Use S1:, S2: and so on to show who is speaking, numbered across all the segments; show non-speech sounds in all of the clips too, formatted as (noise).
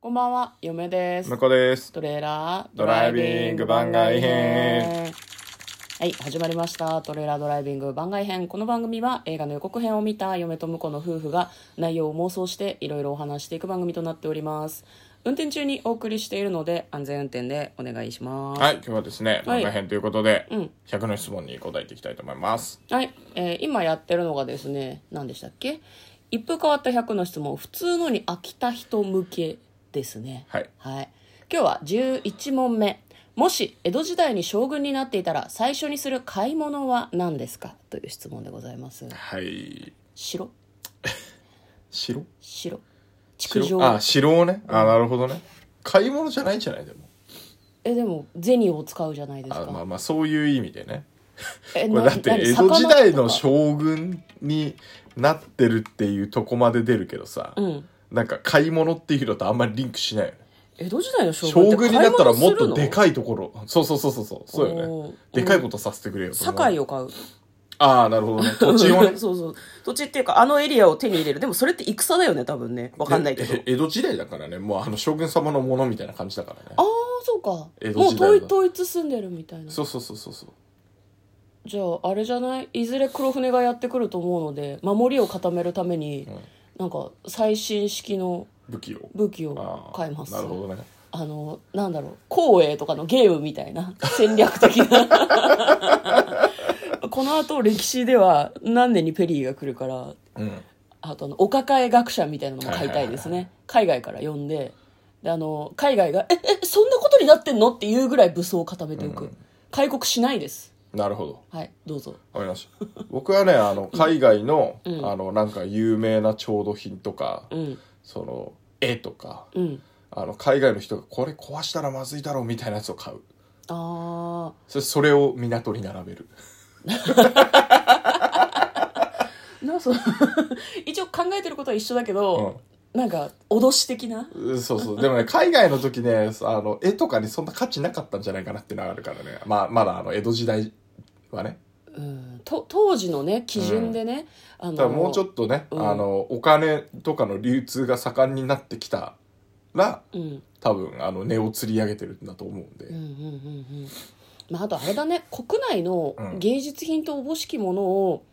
S1: こんばんは、嫁です
S2: 向。こうです。
S1: トレーラード
S2: ドライビング番外編。
S1: はい、始まりました。トレーラードライビング番外編。この番組は映画の予告編を見た嫁と婿の夫婦が内容を妄想していろいろお話していく番組となっております。運転中にお送りしているので安全運転でお願いします。
S2: はい、今日はですね、
S1: はい
S2: 漫画編ということで、
S1: うん
S2: 100の質問に答えていきたいと思います。
S1: はい、えー今やってるのがですね、何でしたっけ一風変わった100の質問、普通のに飽きた人向けですね。
S2: はい。
S1: はい。今日は11問目。もし江戸時代に将軍になっていたら最初にする買い物は何ですかという質問でございます。
S2: はい。
S1: 白
S2: 城
S1: 白築
S2: 城
S1: 城
S2: あ、城をね。あ、なるほどね。買い物じゃないんじゃないでも。
S1: え、でも銭を使うじゃないです
S2: あまあ
S1: か。
S2: まあ、そういう意味でね。
S1: え、
S2: これだって、
S1: 何
S2: 江戸時代
S1: 何魚と
S2: の。
S1: か
S2: 将軍になってるっていうとこまで出るけどさ、
S1: うん。
S2: なんか買い物っていうのとあんまりリンクしないよね。
S1: 江戸時代の将軍
S2: 将
S1: って買い
S2: 軍に
S1: 物
S2: なったらもっ
S1: する
S2: と
S1: の
S2: でかいところ。そうそうそうそうそう。そうよ
S1: お
S2: ね
S1: ー。
S2: でかいことさせてくれよと思う。
S1: 堺を買う。。
S2: ああ、なるほどね。土地をね
S1: そうそう。土地っていうか、あのエリアを手に入れる。でもそれって戦だよね、多分ね。わかんないけど。
S2: え江戸時代だからね、もうあの将軍様のものみたいな感じだからね
S1: あ。あ、そうか。
S2: 江戸
S1: もう
S2: 時代の
S1: 統一統一住んでるみたいな。
S2: そうそうそうそうそう。
S1: じゃああれじゃないいずれ黒船がやってくると思うので守りを固めるために、なんか最新式の
S2: 武器を。
S1: 武器
S2: あ
S1: を
S2: ー
S1: 買います
S2: なるほどね。
S1: あのなんだろう光栄とかのゲームみたいな (laughs) 戦略的な
S2: (laughs)
S1: この後歴史では何年にペリーが来るから
S2: うん。
S1: あとあのお抱え学者みたいなのも買いたいですね、海外から呼んでであの海外が「ええそんなことになってんの?」っていうぐらい武装を固めておく、開国しないです
S2: なるほど。
S1: はいどうぞ
S2: わかりました。 (laughs) 僕はね、あの、海外の、あの、なんか有名な調度品とか、
S1: うん
S2: その、絵とか、
S1: うん
S2: あの、海外の人がこれ壊したらまずいだろうみたいなやつを買う。
S1: ああ
S2: それそれを港に並べる。
S1: なそう (laughs) 一応考えてることは一緒だけど、なんか脅し的な
S2: うんそうそう。でもね、海外の時ね、あの、絵とかにそんな価値なかったんじゃないかなっていうのがあるからね。まあ、まだあの、江戸時代はね。
S1: うんと当時のね基準でね、あ
S2: ただもうちょ
S1: っ
S2: っとね、
S1: うん
S2: あの、お金とかの流通が盛んになってきたら、
S1: と、うん、
S2: 多分、あの、値を釣り上げてるんだと思うんで。
S1: うんうんうんうんまああとあれだね国内の芸術品とおぼしきものを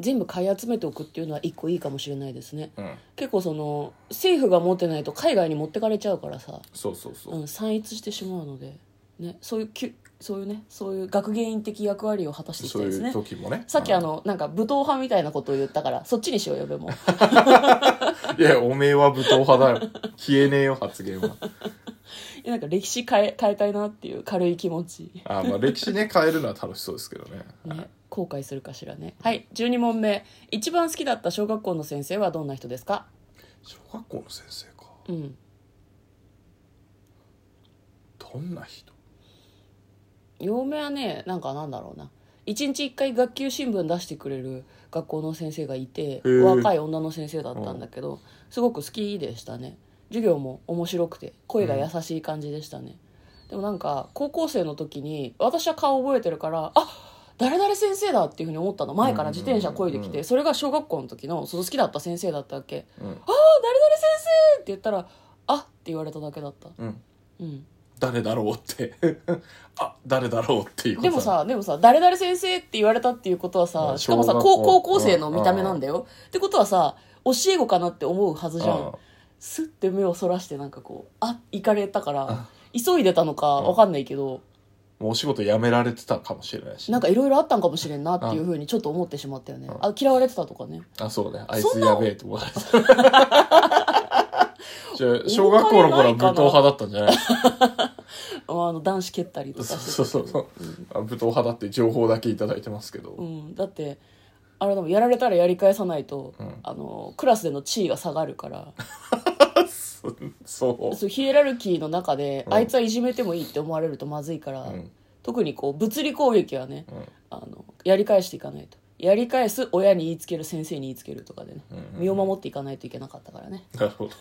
S1: 全部買い集めておくっていうのは一個いいかもしれないですね
S2: うん。
S1: 結構その政府が持ってないと海外に持ってかれちゃうからさ、
S2: そうそうそう。
S1: うん、散逸してしまうので、ね、そういうきゅそういうねそういう学芸員的役割を果たしていき
S2: そ
S1: た
S2: う
S1: いです
S2: い
S1: ね
S2: う時もね。
S1: さっきあの、なんか武闘派みたいなことを言ったから、そっちにしようよ、べも。 (laughs)
S2: うん。いや、おめえは武闘派だよ。消えねえよ、発言は。
S1: いやなんか歴史変え、変えたいなっていう軽い気持ち。
S2: あまあ、歴史ね、変えるのは楽しそうですけどね。
S1: ね、後悔するかしらね。はい、12問目。一番好きだった小学校の先生はどんな人ですか
S2: 小学校の先生か。
S1: うん。
S2: どんな人
S1: 嫁はね、なんかなんだろうな。一日一回学級新聞出してくれる学校の先生がいて、
S2: ー
S1: 若い女の先生だったんだけど、すごく好きでしたね。授業も面白くて、声が優しい感じでしたね。でもなんか、高校生の時に、私は顔覚えてるから、あ誰々先生だっていうふうに思ったの。前から自転車こいでき
S2: うんうんう
S1: て、それが小学校の時の、その好きだった先生だったわけ。
S2: う
S1: あ誰
S2: ん。
S1: 々先生って言ったら「あって言われただけだった
S2: うん。
S1: うん
S2: 誰だろうって。 (laughs) あ、誰だろうっていうこと
S1: でも、さでもさ誰々先生って言われたっていうことは
S2: う
S1: さ
S2: ん
S1: しかもさ
S2: 小学
S1: 高
S2: 校
S1: 高校生の見た目なんだよってことはさ教え子かなって思うはずじゃ
S2: うん
S1: んスッて目をそらしてなんかこうあ行かれたから
S2: あ
S1: 急いでたのかわかんないけど
S2: もうお仕事辞められてたかもしれないし。
S1: なんかいろいろあったんかもしれんなっていうふうにちょっと思ってしまったよねあ嫌われてたとかね
S2: あ、そうね。あい
S1: そん
S2: つ
S1: な
S2: やべえって思わ
S1: (laughs)
S2: れた。じゃあ小学校の頃は武闘派だったんじゃないですか
S1: あの男子蹴ったりとかしてたけど
S2: (laughs) そうそうそう。あ武闘派だって情報だけいただいてますけど。
S1: うん、だってあれでもやられたらやり返さないと、あのクラスでの地位が下がるから
S2: そそう。
S1: そうヒエラルキーの中で、あいつはいじめてもいいって思われるとまずいから、
S2: うん
S1: 特にこう物理攻撃はね、
S2: ん
S1: あのやり返していかないとやり返す親に言いつける先生に言いつけるとかでね、身を守っていかないといけなかったからね
S2: なるほど。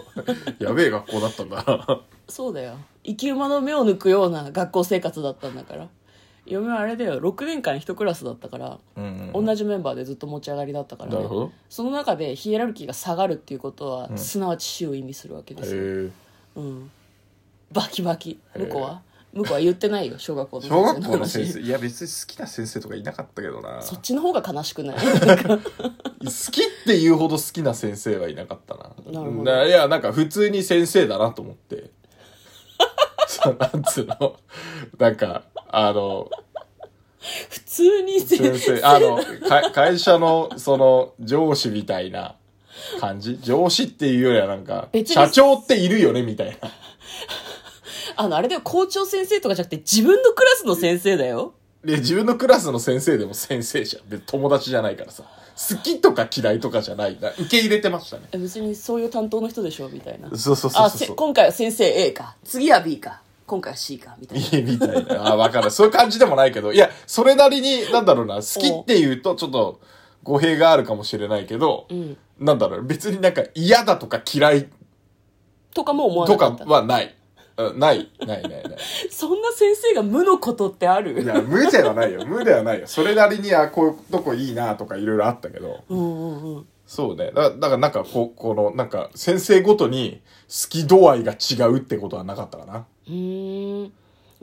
S2: やべえ学校だったんだな。
S1: そうだよ生き馬の目を抜くような学校生活だったんだから嫁はあれだよ6年間一クラスだったから、
S2: うん
S1: 同じメンバーでずっと持ち上がりだったから
S2: な
S1: ね
S2: るほど。
S1: その中でヒエラルキーが下がるっていうことは、すなわち死を意味するわけですよ、
S2: へ
S1: うんバキバキ
S2: へえ
S1: 向こうは向こうは言ってないよ小学校の
S2: 小学校の
S1: 話
S2: 先生いや別に好きな先生とかいなかったけどな
S1: そ
S2: 好
S1: っちの方が悲しくない (laughs) なんか
S2: きっていうほど好きな先生はいなかったな
S1: なるほど
S2: だいやなんか普通に先生だなと思って (laughs) そうなんつうのなんかあの
S1: 普通に全
S2: 先
S1: 然
S2: 生あのか会社のその上司みたいな感じ上司っていうよりはなんか
S1: 別に
S2: 社長っているよねみたいな
S1: あのあれだよ校長先生とかじゃなくて自分のクラスの先生だよ
S2: で自分のクラスの先生でも先生じゃんで友達じゃないからさ好きとか嫌いとかじゃないな受け入れてましたね
S1: え別にそういう担当の人でしょみたいな
S2: そうそうそう
S1: あ
S2: そう
S1: せ
S2: そう
S1: 今回は先生 A か次は B か今回は C かみたいない
S2: いみたいな。あ、わかる。そういう感じでもないけど、いや、それなりに、なんだろうな、好きって言うと、ちょっと、語弊があるかもしれないけど、
S1: ん
S2: なんだろう、別になんか嫌だとか嫌い
S1: とかも思わな
S2: と
S1: か
S2: か
S1: った
S2: はない。うんない、ない、ない、ない。
S1: そんな先生が無のことってあ
S2: い
S1: る
S2: や、無ではないよ。無ではないよ。それなりに、あ、こういうとこいいなとかいろいろあったけど。
S1: うんうんうん
S2: そうね。だだからなんか、こう、この、なんか、先生ごとに好き度合いが違うってことはなかったかな。
S1: うーんで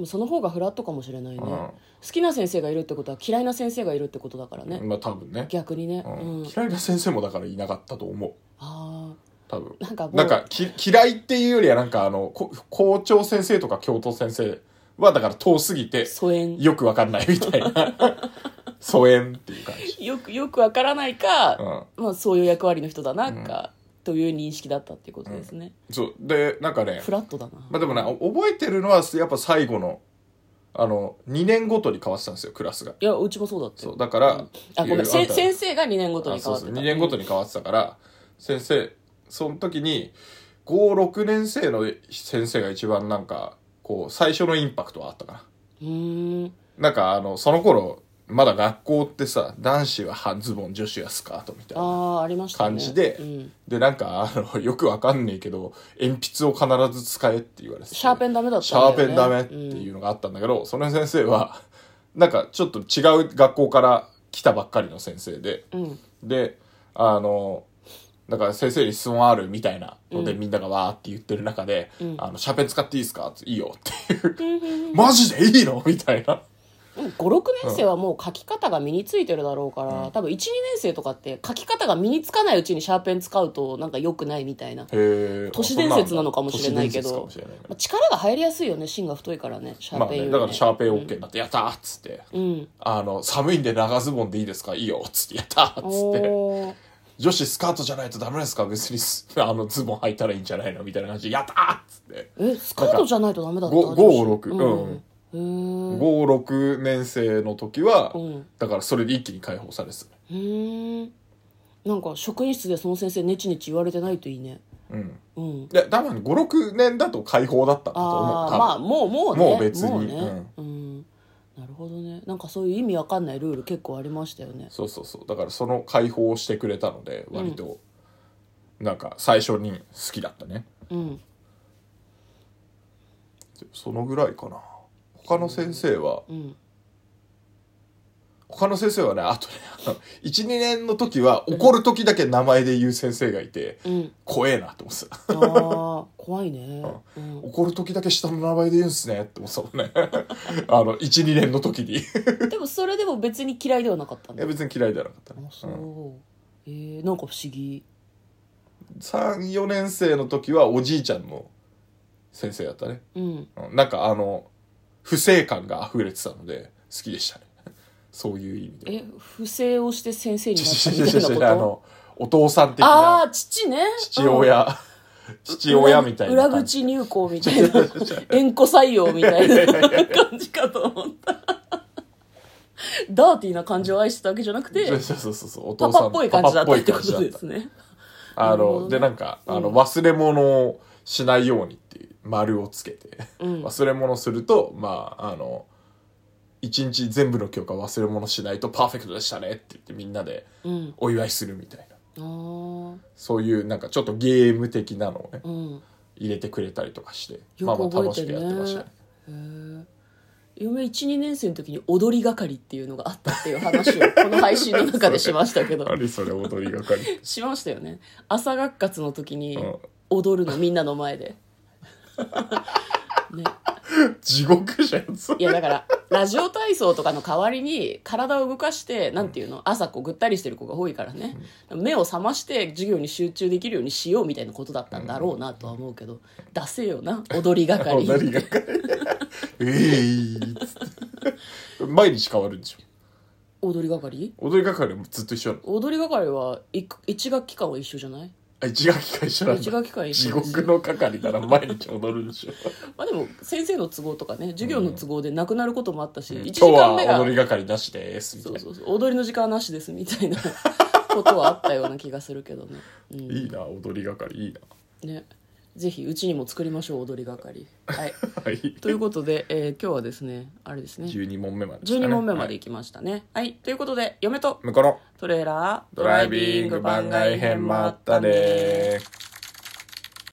S1: もその方がフラットかもしれないね、
S2: うん
S1: 好きな先生がいるってことは嫌いな先生がいるってことだからね、
S2: まあ多分ね。
S1: 逆にね、
S2: う
S1: うん
S2: ん、嫌いな先生もだからいなかったと思う。
S1: あ
S2: 多分
S1: なんかもう
S2: なんかき嫌いっていうよりはなんかあのこ校長先生とか教頭先生はだから遠すぎて
S1: あ疎遠
S2: よくわかんないみたいな (laughs) 疎遠っていう感じ、
S1: よくよくわからないか、
S2: うん、
S1: まあ、そういう役割の人だなか、という認識だったっていうことですね、
S2: そうでなんかね
S1: フ、ラットだな、
S2: まあ、でもねお覚えてるのはやっぱ最後のあの2年ごとに変わってたんですよクラスが
S1: いやうちもそうだって
S2: そうだから、
S1: あごめん
S2: いろい
S1: せ
S2: ろあった
S1: 先生が2年ごとに変わってた
S2: あそうそう2年ごとに変わってたから先生その時に56年生の先生が一番なんかこう最初のインパクトはあったかな
S1: うーん
S2: なんかあの、その頃、まだ学校ってさ、男子は半ズボン、女子はスカートみたい
S1: あ
S2: な。
S1: あありましたね
S2: 感じで
S1: うん、
S2: で、なんかあの、よくわかんねえけど、鉛筆を必ず使えって言われてて。
S1: シャーペンダメだった
S2: シャーペンダメって
S1: うん
S2: いうのがあったんだけど、その先生は、なんかちょっと違う学校から来たばっかりの先生で、
S1: うん
S2: で、あの、だから先生に質問あるみたいなので、
S1: うん
S2: みんながわーって言ってる中で、
S1: うん
S2: あの、シャーペン使っていいですかっていいよっていう。 (laughs) マジでいいのみたいな。
S1: 56年生はもう書き方が身についてるだろうから、
S2: うん
S1: 多分12年生とかって書き方が身につかないうちにシャーペン使うとなんか良くないみたいな、ま
S2: へ
S1: (laughs)
S2: ー
S1: 都市伝説なのかもしれないけど
S2: 都市伝説かもしれないね
S1: あ力が入りやすいよね芯が太いからねシャ
S2: ま
S1: ー
S2: あ
S1: ペンよ
S2: ね、
S1: りね
S2: だからシャーペン OK になって、やったーっつって、
S1: うん
S2: あの、寒いんで長ズボンでいいですかいいよっつって、やったーっつって、
S1: おー
S2: 女子スカートじゃないとダメですか別にす、あの、ズボン履いたらいいんじゃないのみたいな感じで、やったーっつって。
S1: えスカートじゃないとダメだった
S2: ご5 6
S1: うんへー
S2: 5、6年生の時は、
S1: うん
S2: だからそれで一気に解放されてたね
S1: うーんなんか職員室でその先生ネチネチ言われてないといいね
S2: うん。
S1: うん
S2: いや、多分5、6年だと解放だったんだと思
S1: あ
S2: う。
S1: あ
S2: 多
S1: まあ
S2: 分
S1: もうもうね
S2: もう別に
S1: ねうん、なるほどねなんかそういう意味わかんないルール結構ありましたよね
S2: そうそうそう。だからその解放をしてくれたので、割と、なんか最初に好きだったね。
S1: うん
S2: そのぐらいかな他の先生は
S1: うん
S2: 他の先生はねあとね12年 (laughs) の時は怒る時だけ名前で言う先生がいて、
S1: うん
S2: 怖えなって思ってた
S1: ああ怖い
S2: (laughs)
S1: ね、うん
S2: 怒る時だけ下の名前で言うんすねって思ってたもんね (laughs) あの12年の時
S1: (laughs)
S2: にい
S1: でもそれでも別に嫌いではなかったんだ
S2: や
S1: あ
S2: 別に嫌いじゃなかったね、
S1: そう、えー、なんか不思議
S2: 34年生の時はおじいちゃんの先生だったね、
S1: うん
S2: うんなんかあの不正感が溢れてたので好きでしたね (laughs) そういう意味で
S1: え不正をして先生になっ
S2: ち
S1: た
S2: ょ
S1: み
S2: ちょち
S1: た
S2: ょち
S1: い
S2: ょ (laughs) ちょ
S1: な
S2: あ
S1: こと
S2: のお父さん的な
S1: ああー父ね
S2: 父親、父親みたいな
S1: 裏裏
S2: 感じ。
S1: 口入校みたいな縁故採用みたいな感じかと思ったダーティーな感じを愛してたわけじゃなくて
S2: そうそうそうそう、お
S1: パ
S2: 父さん
S1: パっぽい感じだったってことで
S2: パパっぽい感じだっ
S1: すね
S2: たあ
S1: なるほ
S2: の、
S1: どね
S2: で、なんか、あ
S1: う
S2: の、
S1: ん
S2: 忘れ物をしないようにっていう丸をつけて、
S1: うん
S2: 忘れ物すると、まあ、あの、一日全部の教科忘れ物しないとパーフェクトでしたねって言ってみんなで
S1: うん
S2: お祝いするみたいな。
S1: あー
S2: そういうなんかちょっとゲーム的なのをね、
S1: うん
S2: 入れてくれたりとかして、ま
S1: よ
S2: あま
S1: く
S2: あ
S1: 覚
S2: 楽
S1: え
S2: してくや
S1: る
S2: っ
S1: ね
S2: てましたね。
S1: (laughs) へえ嫁12年生の時に踊り係っていうのがあったっていう話をこの配信の中でしましたけど
S2: 何それ踊りがかり。
S1: しましたよね朝学活の時に
S2: うん
S1: 踊るのみんなの前でね、
S2: 地獄じゃん、そ
S1: い
S2: れ。
S1: やだからラジオ体操とかの代わりに体を動かしてなんていうの朝こうぐったりしてる子が多いからね目を覚まして授業に集中できるようにしようみたいなことだったんだろうなとは思うけど出せよな踊り
S2: (laughs) あ
S1: 係
S2: 何がえい、つって毎日変わるんでしょ。
S1: 踊り係
S2: 踊り係もずっと一緒なの。
S1: 踊り係は1学期間は一緒じゃない
S2: あ、一学期間一緒なんだ。
S1: 一学期間一
S2: 地
S1: 緒です
S2: 獄の係なら毎日踊るんでしょ。
S1: まあでも先生の都合とかね授業の都合でなくなることもあったし、
S2: 今
S1: 1
S2: 日
S1: 時間目
S2: は
S1: が
S2: 踊り係なしです、みたい
S1: そう
S2: な。
S1: そうそう踊りの時間はなしですみたいなことはあったような気がするけどね,、うん、
S2: いいな、踊り係、いいな。
S1: ねぜひうちにも作りましょう踊り係はい (laughs)
S2: はい。
S1: ということで、えー今日はですねあれですね
S2: 12問目まででしたね。
S1: 12問目まで
S2: はい
S1: 行きましたねはい、ということで嫁と
S2: 向こうの
S1: トレーラー
S2: ドライビング番外編もあったねー。